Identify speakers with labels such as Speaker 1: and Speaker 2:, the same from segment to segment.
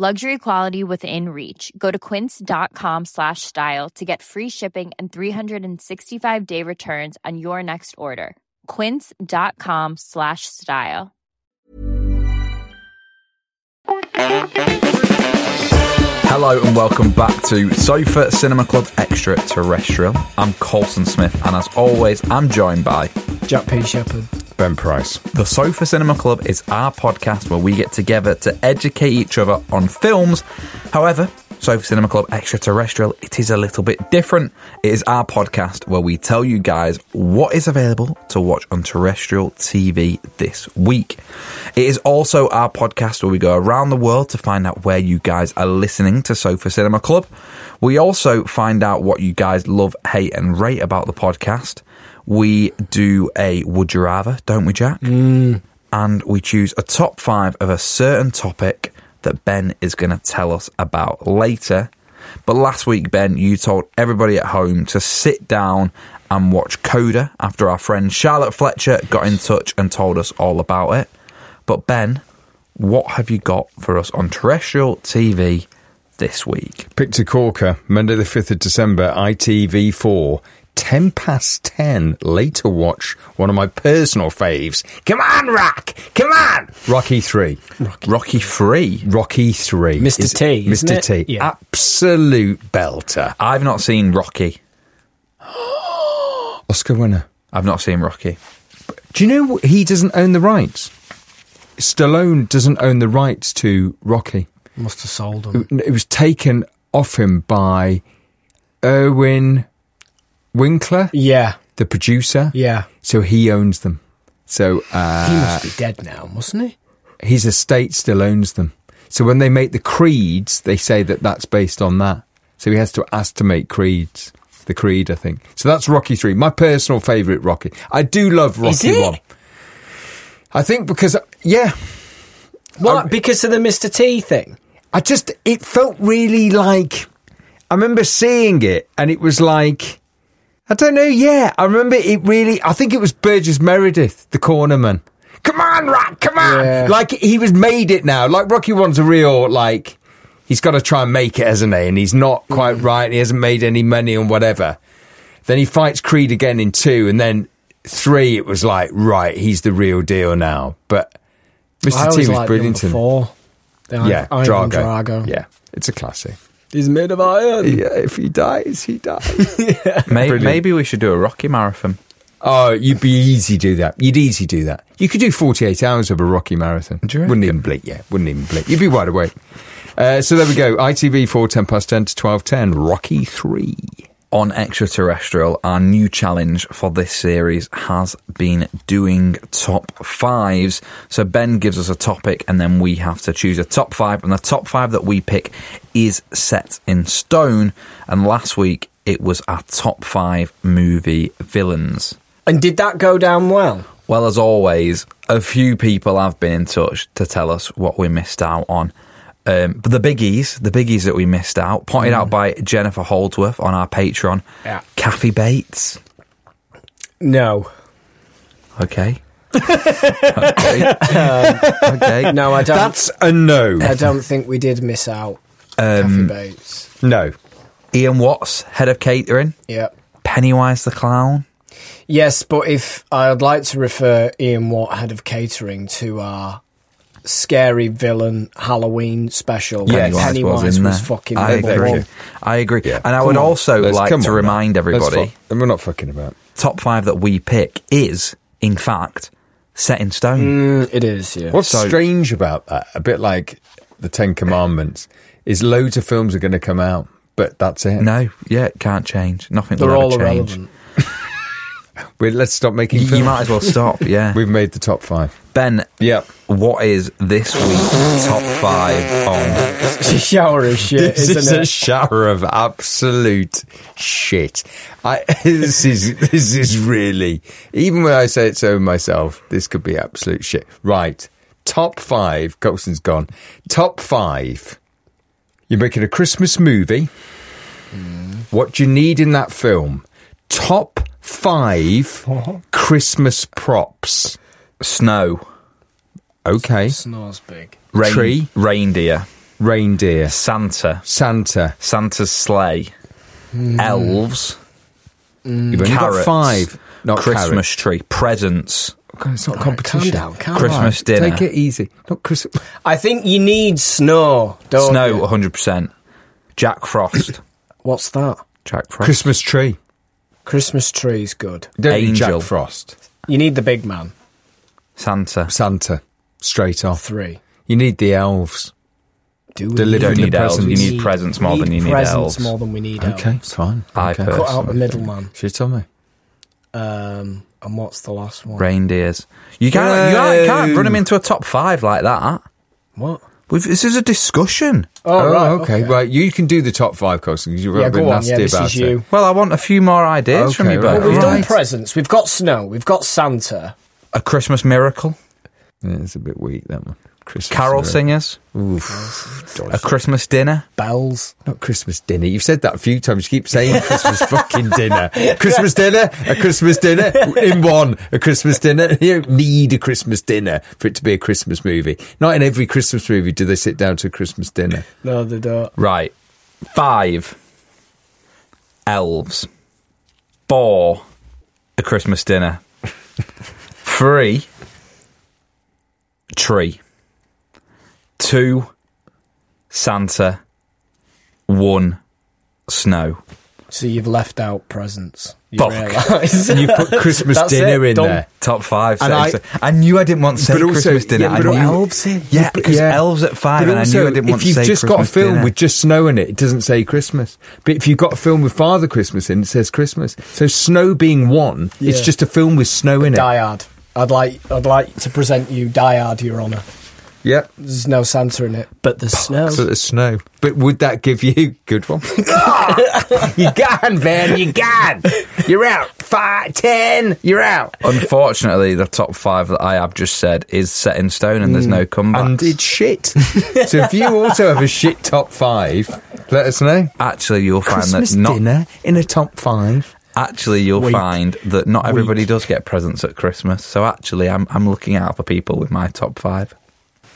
Speaker 1: Luxury quality within reach. Go to quince.com slash style to get free shipping and 365 day returns on your next order. Quince.com slash style.
Speaker 2: Hello and welcome back to Sofa Cinema Club Extraterrestrial. I'm Colson Smith, and as always, I'm joined by
Speaker 3: Jack P. Shepherd.
Speaker 4: Ben Price.
Speaker 2: The Sofa Cinema Club is our podcast where we get together to educate each other on films. However, Sofa Cinema Club Extraterrestrial, it is a little bit different. It is our podcast where we tell you guys what is available to watch on terrestrial TV this week. It is also our podcast where we go around the world to find out where you guys are listening to Sofa Cinema Club. We also find out what you guys love, hate, and rate about the podcast. We do a would you rather, don't we, Jack? And we choose a top five of a certain topic that Ben is going to tell us about later. But last week, Ben, you told everybody at home to sit down and watch Coda after our friend Charlotte Fletcher got in touch and told us all about it. But, Ben, what have you got for us on terrestrial TV this week?
Speaker 4: Picture Corker, Monday the 5th of December, ITV4. 10 past 10, later watch one of my personal faves. Come on, Rock! Come on! E Rocky 3.
Speaker 2: Rocky Free.
Speaker 4: Rocky 3.
Speaker 3: Mr.
Speaker 4: E is-
Speaker 3: T,
Speaker 4: Mr.
Speaker 3: isn't
Speaker 4: T.
Speaker 3: it? Yeah.
Speaker 4: Absolute belter.
Speaker 2: I've not seen Rocky.
Speaker 4: Oscar winner.
Speaker 2: I've not seen Rocky.
Speaker 4: Do you know he doesn't own the rights? Stallone doesn't own the rights to Rocky.
Speaker 3: Must have sold them.
Speaker 4: It was taken off him by Erwin Winkler,
Speaker 3: Yeah,
Speaker 4: the producer.
Speaker 3: yeah.
Speaker 4: So he owns them. So uh,
Speaker 3: He must be dead now, mustn't he?
Speaker 4: his estate still owns them. So when they make the creeds, they say that that's based on that. So he has to ask to make creeds. The creed, I think. So that's Rocky Three, my personal favourite Rocky. I do love Rocky
Speaker 3: Is it?
Speaker 4: One. I think because yeah,
Speaker 3: What? because of the Mr. T thing?
Speaker 4: I just it felt really like I remember seeing it and it was like I don't know, yeah. I remember it really I think it was Burgess Meredith, the cornerman. Come on, Rock, come on.
Speaker 3: Yeah.
Speaker 4: Like he was made it now. Like Rocky One's a real like he's gotta try and make it, hasn't he? And he's not quite
Speaker 3: Mm.
Speaker 4: right, and he hasn't made any money and whatever. Then he fights Creed again in two and then three it was like, right, he's the real deal now. But
Speaker 3: I
Speaker 4: Mr.
Speaker 3: always
Speaker 4: T was
Speaker 3: liked
Speaker 4: brilliant.
Speaker 3: number
Speaker 4: in-
Speaker 3: Four. The
Speaker 4: Yeah,
Speaker 3: Ivan
Speaker 4: Drago.
Speaker 3: Drago.
Speaker 4: Yeah, it's a classic.
Speaker 3: He's made of iron.
Speaker 4: Yeah, if he dies, he dies.
Speaker 2: May-
Speaker 4: Brilliant.
Speaker 2: maybe we should do a Rocky marathon.
Speaker 4: oh, you'd be easy do that. You'd easy do that. You could do 48 hours of a Rocky Marathon.
Speaker 2: Do you
Speaker 4: Wouldn't
Speaker 2: reckon?
Speaker 4: even blink, yeah. Wouldn't even blink. You'd be wide awake. Uh, so there we go. ITV 4, 10 past 10 to 12, 10. Rocky 3.
Speaker 2: on Extraterrestrial, our new challenge for this series has been doing top fives. So Ben gives us a topic and then we have to choose a top five, and the top five that we pick is set in stone. And last week it was our top five movie villains.
Speaker 3: And did that go down well?
Speaker 2: Well, as always, a few people have been in touch to tell us what we missed out on. Um, but the biggies, the biggies that we missed out, pointed
Speaker 4: Mm.
Speaker 2: out by Jennifer Holdsworth on our Patreon,
Speaker 3: Yeah.
Speaker 2: Kathy Bates.
Speaker 3: No.
Speaker 2: Okay.
Speaker 4: Um,
Speaker 2: okay. okay.
Speaker 3: No, I don't.
Speaker 4: That's a no.
Speaker 3: I don't think we did miss out. Kathy
Speaker 4: Um,
Speaker 3: Bates.
Speaker 4: no.
Speaker 2: Ian Watts, head of catering.
Speaker 3: Yeah.
Speaker 2: Pennywise the clown.
Speaker 3: Yes, but if I'd like to refer Ian Watt, head of catering, to our scary villain Halloween special.
Speaker 4: Yes.
Speaker 3: Pennywise, was,
Speaker 2: in there.
Speaker 3: fucking
Speaker 2: I
Speaker 3: number
Speaker 2: agree.
Speaker 3: one.
Speaker 2: I agree.
Speaker 4: Yeah.
Speaker 2: And I
Speaker 4: Come
Speaker 2: would
Speaker 4: on.
Speaker 2: also
Speaker 4: Let's-
Speaker 2: like
Speaker 4: come
Speaker 2: to
Speaker 4: on, man.
Speaker 2: remind
Speaker 4: Let's
Speaker 2: everybody
Speaker 4: fu- we're not fucking about.
Speaker 2: top five that we pick is, in fact, set in stone.
Speaker 3: Mm, it is, yeah.
Speaker 4: What's
Speaker 2: So-
Speaker 4: strange about that, a bit like the Ten Commandments, is loads of films are going to come out, but that's it.
Speaker 2: No, yeah, it can't change. Nothing
Speaker 3: They're
Speaker 2: will
Speaker 3: all
Speaker 2: ever change.
Speaker 3: irrelevant.
Speaker 4: We, let's stop making
Speaker 2: You,
Speaker 4: films.
Speaker 2: you might as well stop, yeah.
Speaker 4: We've made the top five.
Speaker 2: ben,
Speaker 4: Yeah.
Speaker 2: what is this week's top five on?
Speaker 3: It's a shower of shit,
Speaker 4: This is
Speaker 3: isn't
Speaker 4: a
Speaker 3: it?
Speaker 4: shower of absolute shit. I, this is this is really even when I say it so myself, this could be absolute shit. Right, top five. Coxon's gone. Top five. You're making a Christmas movie.
Speaker 2: Mm.
Speaker 4: What do you need in that film? Top 5 Christmas props.
Speaker 2: Snow,
Speaker 4: Okay,
Speaker 3: Snores big.
Speaker 2: rain,
Speaker 4: Tree.
Speaker 2: reindeer,
Speaker 4: reindeer,
Speaker 2: Santa,
Speaker 4: Santa.
Speaker 2: Santa's sleigh,
Speaker 3: Hmm.
Speaker 2: elves,
Speaker 4: You've only
Speaker 2: carrots,
Speaker 4: got five. Not
Speaker 2: Christmas
Speaker 4: carrots.
Speaker 2: tree, presents,
Speaker 4: God, it's
Speaker 3: All
Speaker 4: not
Speaker 3: right,
Speaker 4: competition.
Speaker 3: Oh, calm down, calm
Speaker 2: Christmas
Speaker 4: All
Speaker 2: dinner.
Speaker 4: Take it easy. Not Christmas.
Speaker 3: I think you need snow, don't
Speaker 2: Snow,
Speaker 3: you?
Speaker 2: 100%. Jack Frost.
Speaker 3: What's that?
Speaker 2: Jack Frost.
Speaker 4: Christmas tree.
Speaker 3: Christmas tree's good.
Speaker 4: Don't need
Speaker 2: Angel.
Speaker 4: Jack Frost.
Speaker 3: You need the big man.
Speaker 2: Santa.
Speaker 4: Santa. Straight off.
Speaker 3: Three.
Speaker 4: You need the elves.
Speaker 3: Do we
Speaker 4: Delivering
Speaker 3: need
Speaker 4: You don't need
Speaker 3: the
Speaker 4: elves,
Speaker 3: presents?
Speaker 4: you
Speaker 3: We
Speaker 4: need
Speaker 2: presents more
Speaker 3: we
Speaker 2: than you need
Speaker 3: presents
Speaker 2: elves.
Speaker 3: more than we need
Speaker 4: Okay,
Speaker 3: elves.
Speaker 4: it's fine.
Speaker 2: I
Speaker 4: okay.
Speaker 2: personally-
Speaker 3: Cut out the middleman.
Speaker 4: Should tell me.
Speaker 3: Um, and what's the last one?
Speaker 2: Reindeers. You can't, you can't, you can't run them into a top five like that.
Speaker 3: What?
Speaker 2: We've, this is a discussion.
Speaker 3: Oh, right,
Speaker 4: okay. Right, you can do the top five, Colson, because you're
Speaker 3: Yeah,
Speaker 4: a bit
Speaker 3: go on.
Speaker 4: nasty
Speaker 3: Yeah, this
Speaker 4: about
Speaker 3: is you.
Speaker 4: it.
Speaker 2: Well, I want a few more ideas from
Speaker 4: Okay,
Speaker 2: you
Speaker 4: right,
Speaker 2: both.
Speaker 3: Well, we've done
Speaker 4: Right.
Speaker 3: presents. We've got snow. We've got Santa.
Speaker 2: A Christmas miracle.
Speaker 4: Yeah, it's a bit weak, that one. Christmas
Speaker 2: Carol
Speaker 4: dinner.
Speaker 2: singers.
Speaker 4: Oof. Dodgy.
Speaker 2: A Christmas dinner.
Speaker 3: Bells.
Speaker 4: Not Christmas dinner. You've said that a few times. You keep saying Christmas fucking dinner. Christmas dinner, a Christmas dinner in one, a Christmas dinner. You don't need a Christmas dinner for it to be a Christmas movie. Not in every Christmas movie do they sit down to a Christmas dinner.
Speaker 3: No, they don't.
Speaker 2: Right. Five. Elves. Four. A Christmas dinner. Three. Tree. Two. Santa. One. Snow.
Speaker 3: So you've left out presents. You
Speaker 2: Fuck.
Speaker 3: realise.
Speaker 4: You put Christmas
Speaker 3: That's
Speaker 4: dinner
Speaker 3: it,
Speaker 4: in
Speaker 3: don't-
Speaker 4: there.
Speaker 2: Top five.
Speaker 4: And
Speaker 2: set
Speaker 4: I-
Speaker 2: in sto- I, knew I didn't want to say
Speaker 4: But also-
Speaker 2: Christmas dinner.
Speaker 4: yeah, but
Speaker 2: I knew,
Speaker 4: elves in.
Speaker 2: Yeah,
Speaker 4: But
Speaker 2: because
Speaker 4: yeah.
Speaker 2: elves at five,
Speaker 4: But
Speaker 2: and I
Speaker 4: also,
Speaker 2: knew I didn't want
Speaker 4: if
Speaker 2: to
Speaker 4: you've
Speaker 2: say
Speaker 4: just
Speaker 2: Christmas
Speaker 4: got a film
Speaker 2: dinner.
Speaker 4: with just snow in it, it doesn't say Christmas. But if you've got a film with Father Christmas in, it says Christmas. So snow being one, it's
Speaker 3: Yeah.
Speaker 4: just a film with snow in it.
Speaker 3: Diad. I'd like. I'd like to present you Diad, Your Honour.
Speaker 4: Yep.
Speaker 3: There's no Santa in it, but there's snow.
Speaker 4: So there's snow. But would that give you good one? you gone, man. You gone. You're out. Five, ten. You're out.
Speaker 2: Unfortunately, the top five that I have just said is set in stone, and there's no comeback.
Speaker 4: Hmm. And it's shit. so if you also have a shit top five, let us know.
Speaker 2: Actually, you'll find
Speaker 4: Christmas
Speaker 2: that not
Speaker 4: dinner in a top five.
Speaker 2: Actually, you'll
Speaker 3: Week.
Speaker 2: find that not everybody does get presents at Christmas. So actually, I'm I'm looking out for people with my top five.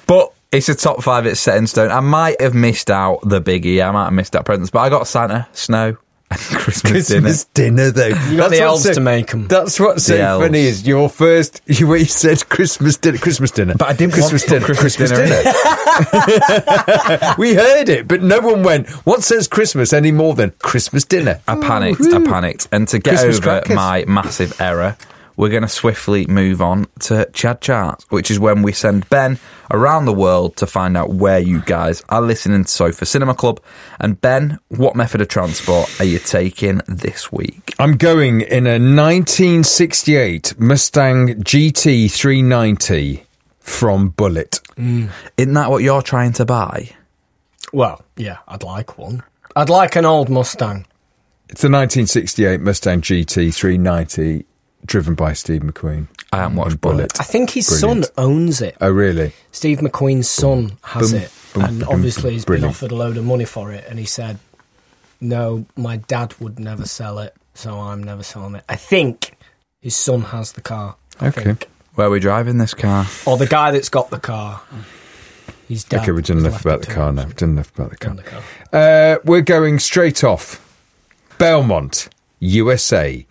Speaker 2: But it's a top five. It's set in stone. I might have missed out the biggie. I might have missed out presents, but I got Santa, snow, and Christmas, dinner.
Speaker 4: Christmas dinner, though. You
Speaker 3: got the elves to make 'em.
Speaker 4: That's what's so
Speaker 2: The elves.
Speaker 4: funny is your first. You, when you said Christmas dinner, Christmas dinner,
Speaker 2: But I didn't want
Speaker 4: Christmas
Speaker 2: to put
Speaker 4: dinner,
Speaker 2: Christmas dinner in
Speaker 4: dinner. we heard it, but no one went. What says Christmas any more than Christmas dinner?
Speaker 2: I panicked. I panicked. And to get
Speaker 4: Christmas
Speaker 2: over
Speaker 4: crackers.
Speaker 2: my massive error, we're going to swiftly move on to Chad Charts, which is when we send Ben around the world to find out where you guys are listening to Sofa Cinema Club. And Ben, what method of transport are you taking this week?
Speaker 4: I'm going in a 1968 Mustang GT 390 from Bullet.
Speaker 2: Isn't that what you're trying to buy?
Speaker 3: well, yeah, I'd like one. I'd like an old Mustang.
Speaker 4: It's a 1968 Mustang GT 390 driven by Steve McQueen.
Speaker 2: I haven't
Speaker 4: Mm,
Speaker 2: watched Bullet.
Speaker 3: I think his
Speaker 4: Brilliant.
Speaker 3: son owns it.
Speaker 4: Oh, really?
Speaker 3: Steve McQueen's son has
Speaker 4: Boom,
Speaker 3: it,
Speaker 4: boom,
Speaker 3: and
Speaker 4: boom,
Speaker 3: obviously he's been
Speaker 4: brilliant.
Speaker 3: offered a load of money for it, and he said, "No, my dad would never sell it, so I'm never selling it." I think his son has the car. I
Speaker 4: Okay.
Speaker 3: think.
Speaker 2: Where are we driving this car?
Speaker 3: or the guy that's got the car. He's dad.
Speaker 4: Okay, we've done
Speaker 3: has left
Speaker 4: enough about
Speaker 3: it
Speaker 4: the
Speaker 3: to
Speaker 4: car
Speaker 3: him.
Speaker 4: now. We've done enough about the car.
Speaker 3: Done the car.
Speaker 4: Uh, we're going straight off. Belmont, USA.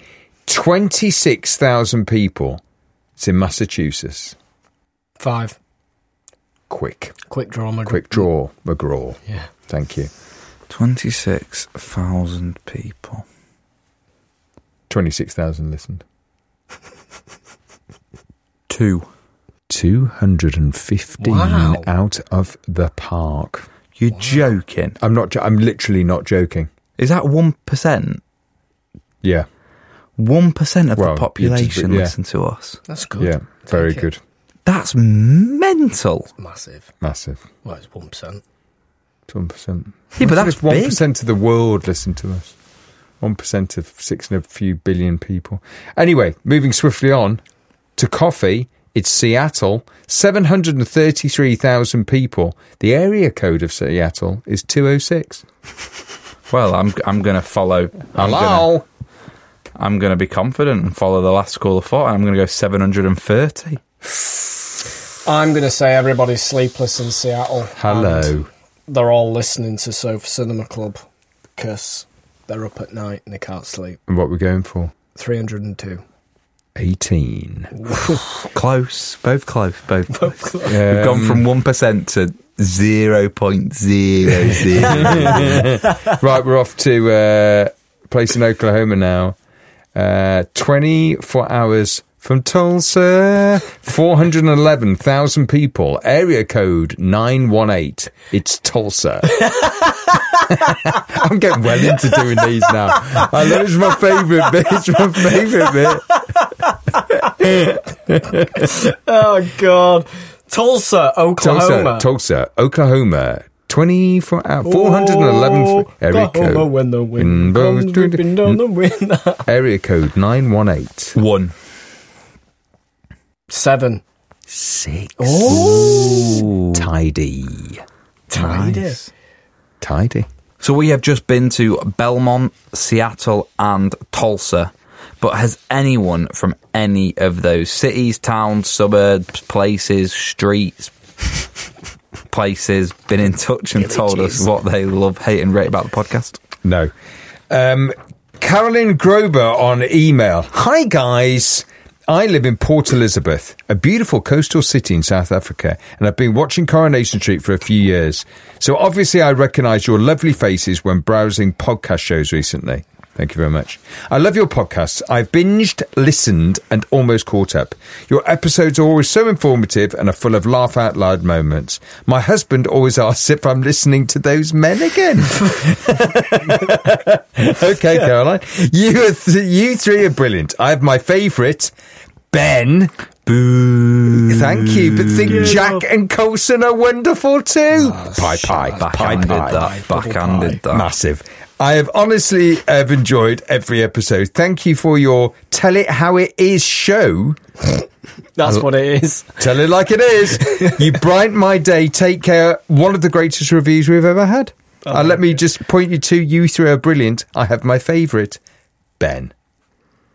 Speaker 4: 26,000 people. It's in Massachusetts.
Speaker 3: Five.
Speaker 4: Quick,
Speaker 3: Quick drama.
Speaker 4: quick draw, McGraw.
Speaker 3: Yeah.
Speaker 4: Thank you.
Speaker 2: 26,000 people.
Speaker 4: 26,000 listened.
Speaker 2: Two.
Speaker 4: 215
Speaker 3: Wow.
Speaker 4: out of the park.
Speaker 2: You're joking.
Speaker 4: I'm not, jo- I'm literally not joking.
Speaker 2: Is that 1%?
Speaker 4: Yeah,
Speaker 2: 1% of
Speaker 4: Well,
Speaker 2: the
Speaker 4: you just-
Speaker 2: population
Speaker 4: yeah.
Speaker 2: listen to us.
Speaker 3: That's good.
Speaker 4: yeah, very
Speaker 3: Take it.
Speaker 4: good.
Speaker 2: That's mental.
Speaker 3: Massive.
Speaker 4: Massive.
Speaker 3: Well, it's one percent.
Speaker 4: 1%.
Speaker 2: Yeah, but
Speaker 4: Imagine
Speaker 2: that's
Speaker 4: if 1%
Speaker 2: big.
Speaker 4: of the world listen to us. 1% of six and a few billion people. Anyway, moving swiftly on to coffee. It's Seattle, 733,000 people. The area code of Seattle is 206.
Speaker 2: Well, I'm I'm going to follow. I'm Gonna,
Speaker 4: Hello.
Speaker 2: I'm going to be confident and follow the last school of thought. and I'm going to go 730.
Speaker 3: I'm going to say everybody's sleepless in Seattle.
Speaker 4: Hello.
Speaker 3: and They're all listening to Sofa Cinema Club because they're up at night and they can't sleep.
Speaker 4: And what we're going for?
Speaker 3: 302.
Speaker 4: 18.
Speaker 2: Close. Both close. Both close. We've gone from 1% to 0.00.
Speaker 4: right, we're off to uh, a place in Oklahoma now. Uh, 24 hours from Tulsa. 411,000 people. Area code 918. It's Tulsa. I'm getting well into doing these now. I know it's my favourite bit. It's my favourite bit.
Speaker 3: Oh, God. Tulsa,
Speaker 4: Tulsa, Tulsa, Oklahoma. 24 hours. 411 area
Speaker 3: Oh, Oklahoma
Speaker 4: code.
Speaker 3: when the
Speaker 4: Wind
Speaker 3: wind
Speaker 4: blows
Speaker 3: comes
Speaker 4: through the-
Speaker 3: whipping down the wind.
Speaker 4: Area code 918.
Speaker 2: One.
Speaker 3: Seven.
Speaker 4: Six.
Speaker 2: Ooh.
Speaker 4: Tidy.
Speaker 3: Tidy.
Speaker 4: Tidy.
Speaker 2: So we have just been to Belmont, Seattle, and Tulsa. But has anyone from any of those cities, towns, suburbs, places, streets, places been in touch and told us what they love, hate, and rate about the podcast?
Speaker 4: No. Um, Carolyn Grober on email. Hi, guys. I live in Port Elizabeth, a beautiful coastal city in South Africa, and I've been watching Coronation Street for a few years. So obviously, I recognise your lovely faces when browsing podcast shows recently. Thank you very much. I love your podcasts. I've binged, listened, and almost caught up. Your episodes are always so informative and are full of laugh out loud moments. My husband always asks if I'm listening to those men again. okay, Caroline. You are th- you three are brilliant. I have my favourite, Ben.
Speaker 2: Boo.
Speaker 4: Thank you, but think Jack and Colson are wonderful too. pie pie, pie
Speaker 2: Backhanded
Speaker 4: pie.
Speaker 2: that. Backhanded that.
Speaker 4: Massive. I have honestly have enjoyed every episode. Thank you for your tell it how it is show.
Speaker 3: That's what it is.
Speaker 4: Tell it like it is. you brighten my day. Take care. One of the greatest reviews we've ever had.
Speaker 3: Oh,
Speaker 4: and let me just point you to you three are brilliant. I have my favourite, Ben.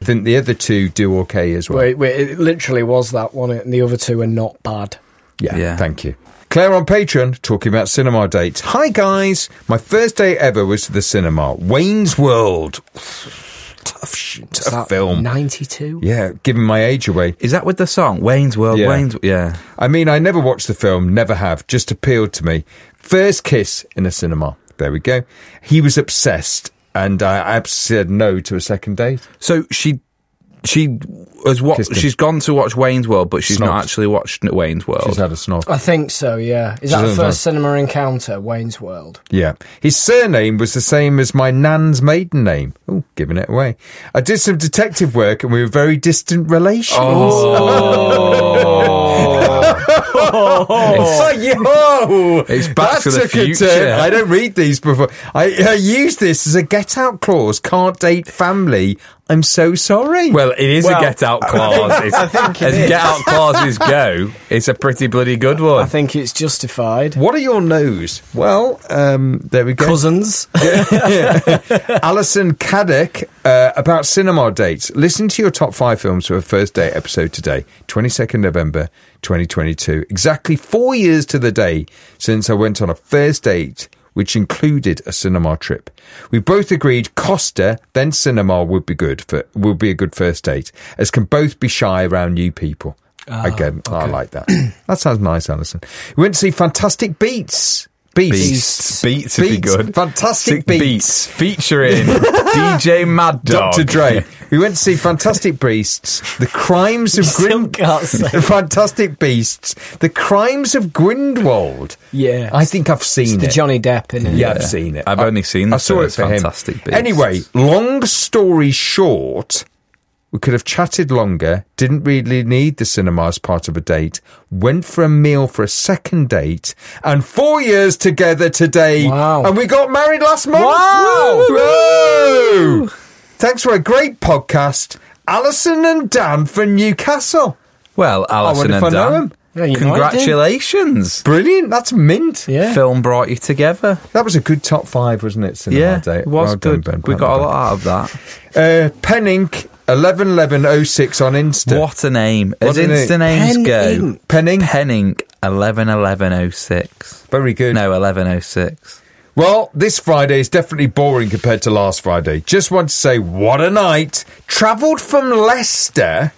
Speaker 4: I think the other two do okay as well.
Speaker 3: Wait, wait, it literally was that one, and the other two are not bad.
Speaker 4: Yeah,
Speaker 2: Yeah.
Speaker 4: Thank you. Claire on Patreon talking about cinema dates. Hi guys, my first day ever was to the cinema. Wayne's World. Tough, sh- tough film.
Speaker 3: 92?
Speaker 4: yeah, giving my age away.
Speaker 2: Is that with the song Wayne's World?
Speaker 4: Yeah.
Speaker 2: Wayne's yeah.
Speaker 4: I mean, I never watched the film, never have, just appealed to me. First kiss in a cinema. There we go. He was obsessed, and I, I said no to a second date.
Speaker 2: So she she has what
Speaker 4: Kissed him.
Speaker 2: she's gone to watch Wayne's World, but she's not
Speaker 4: Snobbed.
Speaker 2: actually watched Wayne's World.
Speaker 4: She's had a snog.
Speaker 3: I think so, yeah. Is that
Speaker 4: She's
Speaker 3: the
Speaker 4: in
Speaker 3: first cinema encounter, Wayne's World?
Speaker 4: Yeah. His surname was the same as my nan's maiden name. Oh, giving it away. I did some detective work, and we were very distant relations.
Speaker 2: Oh.
Speaker 4: Oh, yo!
Speaker 2: It's Back
Speaker 4: That
Speaker 2: to the
Speaker 4: took a turn.
Speaker 2: Future.
Speaker 4: I don't read these before. I, I use this as a get out clause. Can't date family. I'm so sorry.
Speaker 2: Well, it is
Speaker 3: Well,
Speaker 2: a get out clause. It's, as get out clauses go, it's a pretty bloody good one.
Speaker 3: I think it's justified.
Speaker 4: what are your no's? Well, um, there we go.
Speaker 3: Cousins?
Speaker 4: Alison Caddick uh, about cinema dates. Listen to your top five films for a first date episode today, 22nd November 2022. Exactly four years to the day since I went on a first date, which included a cinema trip. We both agreed Costa, then cinema would be good for would be a good first date, as can both be shy around new people. Again, I like that. that sounds nice, Alison. We went to see Fantastic Beats. Beasts.
Speaker 2: Beats. Beats would be
Speaker 4: Beats.
Speaker 2: good.
Speaker 4: Fantastic
Speaker 2: Sick
Speaker 4: Beats.
Speaker 2: featuring DJ Mad Dog.
Speaker 4: Dr. Dre. We went to see Fantastic Beasts, The Crimes of
Speaker 3: Still
Speaker 4: Grim.
Speaker 3: can't say.
Speaker 4: The Fantastic Beasts, The Crimes of Gwyndwald.
Speaker 3: Yeah.
Speaker 4: I think I've seen
Speaker 3: It's the
Speaker 4: it.
Speaker 3: Johnny Depp in it.
Speaker 4: Yeah, I've seen it.
Speaker 2: I've
Speaker 4: I-
Speaker 2: only seen
Speaker 4: I
Speaker 2: the
Speaker 4: saw it
Speaker 2: first
Speaker 4: for him.
Speaker 2: Fantastic Beasts.
Speaker 4: Anyway, long story short, we could have chatted longer. Didn't really need the cinema as part of a date. Went for a meal for a second date, and four years together today.
Speaker 3: Wow.
Speaker 4: And we got married last month.
Speaker 3: Wow.
Speaker 4: Woo! Thanks for a great podcast, Alison and Dan from Newcastle.
Speaker 2: Well, Alison
Speaker 4: wonder Oh, if
Speaker 2: and
Speaker 4: I know
Speaker 2: Dan,
Speaker 4: him.
Speaker 3: Yeah, you know I do.
Speaker 2: congratulations.
Speaker 4: Brilliant. That's mint.
Speaker 3: Yeah.
Speaker 2: Film brought you together.
Speaker 4: That was a good top five, wasn't it? Cinema
Speaker 2: Yeah,
Speaker 4: date.
Speaker 2: it was
Speaker 4: Well done,
Speaker 2: good.
Speaker 4: Ben
Speaker 2: we got a
Speaker 4: Vandenberg.
Speaker 2: lot out of that.
Speaker 4: Uh, Pen Inc. 111106 on Insta.
Speaker 2: What a name.
Speaker 4: What
Speaker 2: As
Speaker 4: a name.
Speaker 2: Insta names
Speaker 3: Pen
Speaker 2: go,
Speaker 3: Inc.
Speaker 4: Pen Inc.
Speaker 2: Pen Inc. 111106.
Speaker 4: Very good.
Speaker 2: No, 1106.
Speaker 4: Well, this Friday is definitely boring compared to last Friday. Just want to say, what a night. Travelled from Leicester.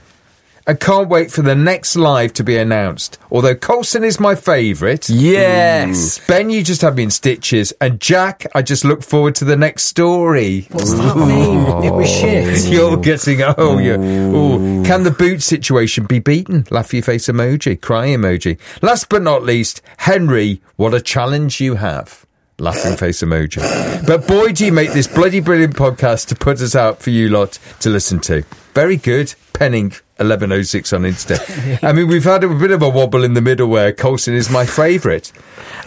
Speaker 4: I can't wait for the next live to be announced. Although Colson is my favourite.
Speaker 2: Yes.
Speaker 4: Ben, you just have me in stitches. And Jack, I just look forward to the next story.
Speaker 3: What's that name? It was shit.
Speaker 4: Oh. You're getting oh yeah. Ooh. Can the boot situation be beaten? Laugh your face emoji, cry emoji. Last but not least, Henry, what a challenge you have. Laughing face emoji. But boy, do you make this bloody brilliant podcast to put us out for you lot to listen to. Very good. Penning 1106 on Insta. I mean, we've had a bit of a wobble in the middle where Colson is my favourite.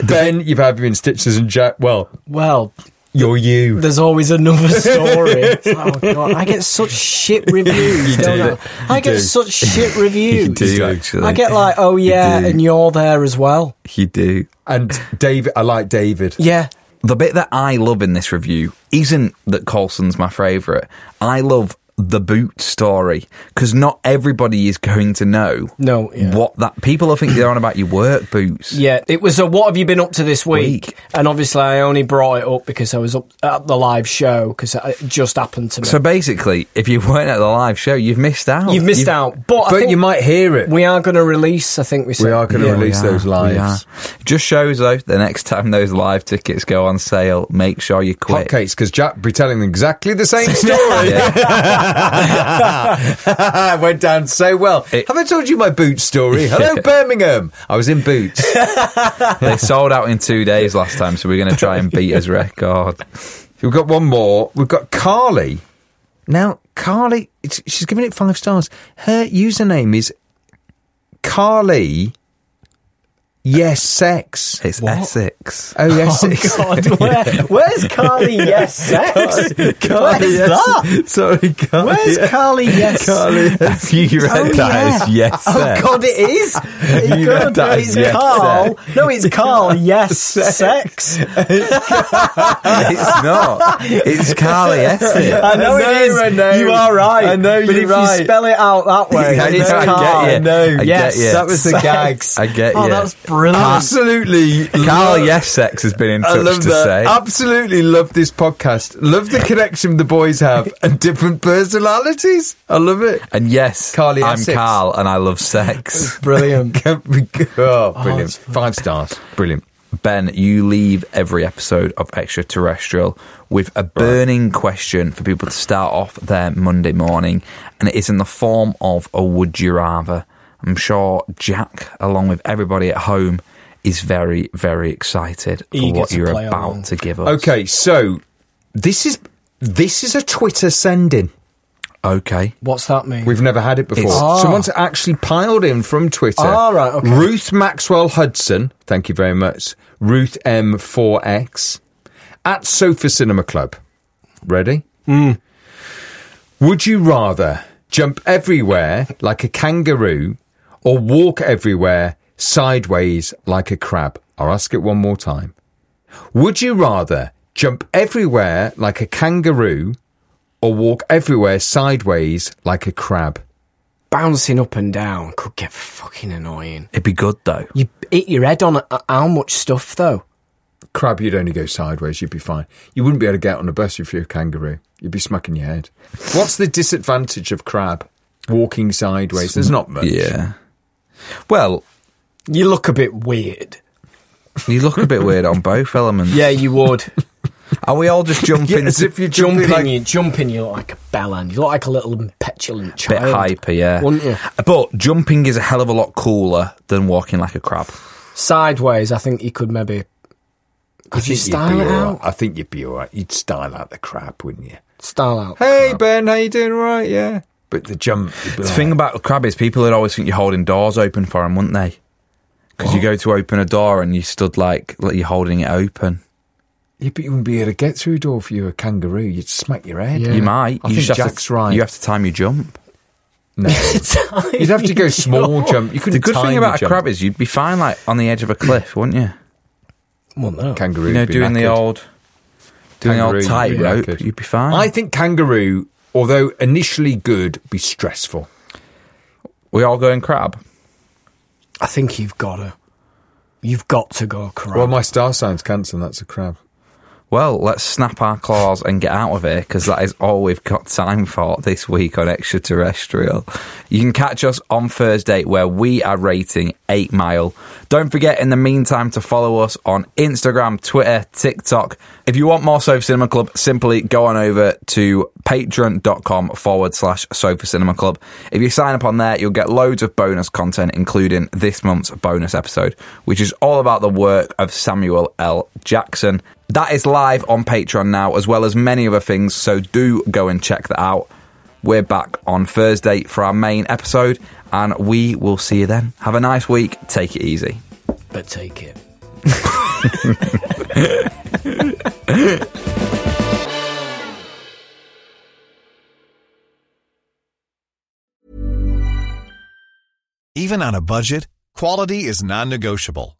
Speaker 4: Ben, you've had me in stitches and Jack, well,
Speaker 3: Well,
Speaker 4: you're you.
Speaker 3: there's always another story. It's like, oh God, I get such shit reviews.
Speaker 4: You
Speaker 3: don't
Speaker 4: do.
Speaker 3: I? I
Speaker 4: You
Speaker 3: get
Speaker 4: do.
Speaker 3: such shit reviews.
Speaker 2: You do, actually.
Speaker 3: I get like, oh yeah,
Speaker 2: do.
Speaker 3: and you're there as well.
Speaker 2: You do.
Speaker 4: and David, I like David.
Speaker 3: Yeah.
Speaker 2: The bit that I love in this review isn't that Colson's my favourite. I love the boot story because not everybody is going to know
Speaker 3: No, yeah.
Speaker 2: what that people will think they're on about your work boots.
Speaker 3: Yeah, it was a what have you been up to this week?
Speaker 2: Week.
Speaker 3: And obviously, I only brought it up because I was up at the live show because it just happened to me.
Speaker 2: So basically, if you weren't at the live show, you've missed out.
Speaker 3: You've missed out, but, I
Speaker 4: But
Speaker 3: think
Speaker 4: you might hear it.
Speaker 3: We are going to release. I think we said
Speaker 4: We are going to
Speaker 3: Yeah.
Speaker 4: release
Speaker 2: We are,
Speaker 4: those
Speaker 2: we
Speaker 4: lives.
Speaker 2: are. Just shows though, the next time those live tickets go on sale, make sure you quit.
Speaker 4: Hotcakes, because Jack be telling them exactly the same story. Ah, Went down so well.
Speaker 2: It-
Speaker 4: Have I told you my boot story? Hello, Birmingham. I was in boots.
Speaker 2: They sold out in two days last time, so we're going to try and beat his record.
Speaker 4: We've got one more. We've got Carly. Now, Carly, it's, she's giving it five stars. Her username is Carly. Yes, sex.
Speaker 2: It's Essex.
Speaker 4: Oh, yes, sex.
Speaker 3: God, where, where's Carly? Yes, sex. Where's that?
Speaker 2: Sorry, Carly.
Speaker 3: Where's Carly? Yes.
Speaker 2: you read
Speaker 3: Oh, yeah.
Speaker 2: that as yes.
Speaker 3: Oh
Speaker 2: sex.
Speaker 3: God, it is. It
Speaker 2: You
Speaker 3: could.
Speaker 2: read that
Speaker 3: it's
Speaker 2: as yes,
Speaker 3: Carl. No, it's Carl. Yes, sex.
Speaker 2: It's not. It's Carly Essex.
Speaker 3: I know
Speaker 4: I
Speaker 3: it
Speaker 4: know,
Speaker 3: is.
Speaker 4: I know.
Speaker 3: You are right.
Speaker 4: I know
Speaker 3: But
Speaker 4: you're
Speaker 3: if
Speaker 4: right.
Speaker 3: you spell it out that way,
Speaker 2: I
Speaker 3: it's
Speaker 2: know, I get
Speaker 3: Carl.
Speaker 2: you. I know. I get
Speaker 3: Yes,
Speaker 2: you.
Speaker 4: That was the
Speaker 3: sex.
Speaker 4: gags.
Speaker 2: I get
Speaker 3: Oh,
Speaker 2: you.
Speaker 3: that's brilliant.
Speaker 4: Absolutely.
Speaker 2: Carl
Speaker 4: love-
Speaker 2: Yes Sex has been in
Speaker 4: I
Speaker 2: touch
Speaker 4: love
Speaker 2: to
Speaker 4: that.
Speaker 2: say.
Speaker 4: Absolutely love this podcast. Love the connection the boys have and different personalities. I love it.
Speaker 2: and yes,
Speaker 4: Carly
Speaker 2: I'm
Speaker 4: Essex.
Speaker 2: Carl and I love sex.
Speaker 3: brilliant.
Speaker 4: Can we go- Oh, brilliant.
Speaker 3: it's
Speaker 4: Five stars. Brilliant.
Speaker 2: Ben, you leave every episode of Extraterrestrial with a burning question for people to start off their Monday morning, and it is in the form of a would you rather. I'm sure Jack, along with everybody at home, is very, very excited for
Speaker 3: Eager
Speaker 2: what
Speaker 3: to
Speaker 2: you're
Speaker 3: play
Speaker 2: about
Speaker 3: along.
Speaker 2: to give us.
Speaker 4: Okay, so this is this is a Twitter send-in.
Speaker 2: Okay.
Speaker 3: What's that mean?
Speaker 4: We've never had it before.
Speaker 2: It's-
Speaker 3: Ah.
Speaker 4: Someone's actually piled in from Twitter.
Speaker 3: Ah, right, okay.
Speaker 4: Ruth Maxwell Hudson. Thank you very much. Ruth M4X at Sofa Cinema Club. Ready?
Speaker 3: Hmm.
Speaker 4: Would you rather jump everywhere like a kangaroo or walk everywhere sideways like a crab? I'll ask it one more time. Would you rather jump everywhere like a kangaroo or walk everywhere sideways like a crab?
Speaker 3: Bouncing up and down could get fucking annoying.
Speaker 2: It'd be good, though.
Speaker 3: You hit your head on uh, how much stuff though?
Speaker 4: Crab, you'd only go sideways, you'd be fine. You wouldn't be able to get on a bus if you're a kangaroo. You'd be smacking your head. What's the disadvantage of crab walking sideways? There's not much.
Speaker 2: Yeah. Well,
Speaker 3: You look a bit weird.
Speaker 2: you look a bit weird on both elements.
Speaker 3: Yeah, you would.
Speaker 2: Are we all just jumping?
Speaker 4: as if you're
Speaker 3: jumping,
Speaker 4: jumping like
Speaker 3: you jumping, you look like a bellend. You look like a little petulant
Speaker 2: bit
Speaker 3: child.
Speaker 2: hyper, yeah.
Speaker 3: Wouldn't you?
Speaker 2: But jumping is a hell of a lot cooler than walking like a crab.
Speaker 3: Sideways, I think you could maybe. Could you
Speaker 4: think you'd be
Speaker 3: style it
Speaker 4: all
Speaker 3: out?
Speaker 4: right. I think you'd be all right. You'd style out the crap, wouldn't you?
Speaker 3: Style out.
Speaker 4: Hey Ben, how you doing? All right, yeah. But the jump, you'd be
Speaker 2: The
Speaker 4: like,
Speaker 2: thing about a crab is people would always think you're holding doors open for them, wouldn't they? Because you go to open a door and you stood like, like you're holding it open.
Speaker 4: you, but you wouldn't be able to get through a door if you were a kangaroo. You'd smack your head.
Speaker 3: Yeah.
Speaker 2: You might.
Speaker 4: I
Speaker 2: you
Speaker 4: think
Speaker 2: just have
Speaker 4: Jack's
Speaker 2: to,
Speaker 4: right.
Speaker 2: You have to time your jump.
Speaker 4: No, you'd have to go small jump. You couldn't.
Speaker 2: The good
Speaker 4: time
Speaker 2: thing
Speaker 4: your
Speaker 2: about a
Speaker 4: jump.
Speaker 2: crab is you'd be fine like on the edge of a cliff, wouldn't you?
Speaker 3: Well, no.
Speaker 4: kangaroo.
Speaker 2: you know,
Speaker 4: would be
Speaker 2: doing the
Speaker 4: knackered.
Speaker 2: old, doing the old
Speaker 4: Kangaroo, you'd be
Speaker 2: tightrope,
Speaker 4: knackered.
Speaker 2: you'd be fine.
Speaker 4: I think kangaroo, although initially good, be stressful.
Speaker 2: we all going crab.
Speaker 3: I think you've got to. You've got to go crab.
Speaker 4: Well, my star sign's cancer, and that's a crab.
Speaker 2: Well, let's snap our claws and get out of here because that is all we've got time for this week on Extraterrestrial. You can catch us on Thursday where we are rating 8 Mile. Don't forget in the meantime to follow us on Instagram, Twitter, TikTok. If you want more Sofa Cinema Club, simply go on over to patreon.com forward slash Sofa Cinema Club. If you sign up on there, you'll get loads of bonus content, including this month's bonus episode, which is all about the work of Samuel L. Jackson. That is live on Patreon now, as well as many other things, so do go and check that out. We're back on Thursday for our main episode, and we will see you then. Have a nice week. Take it easy.
Speaker 3: but take it.
Speaker 5: Even on a budget, quality is non-negotiable.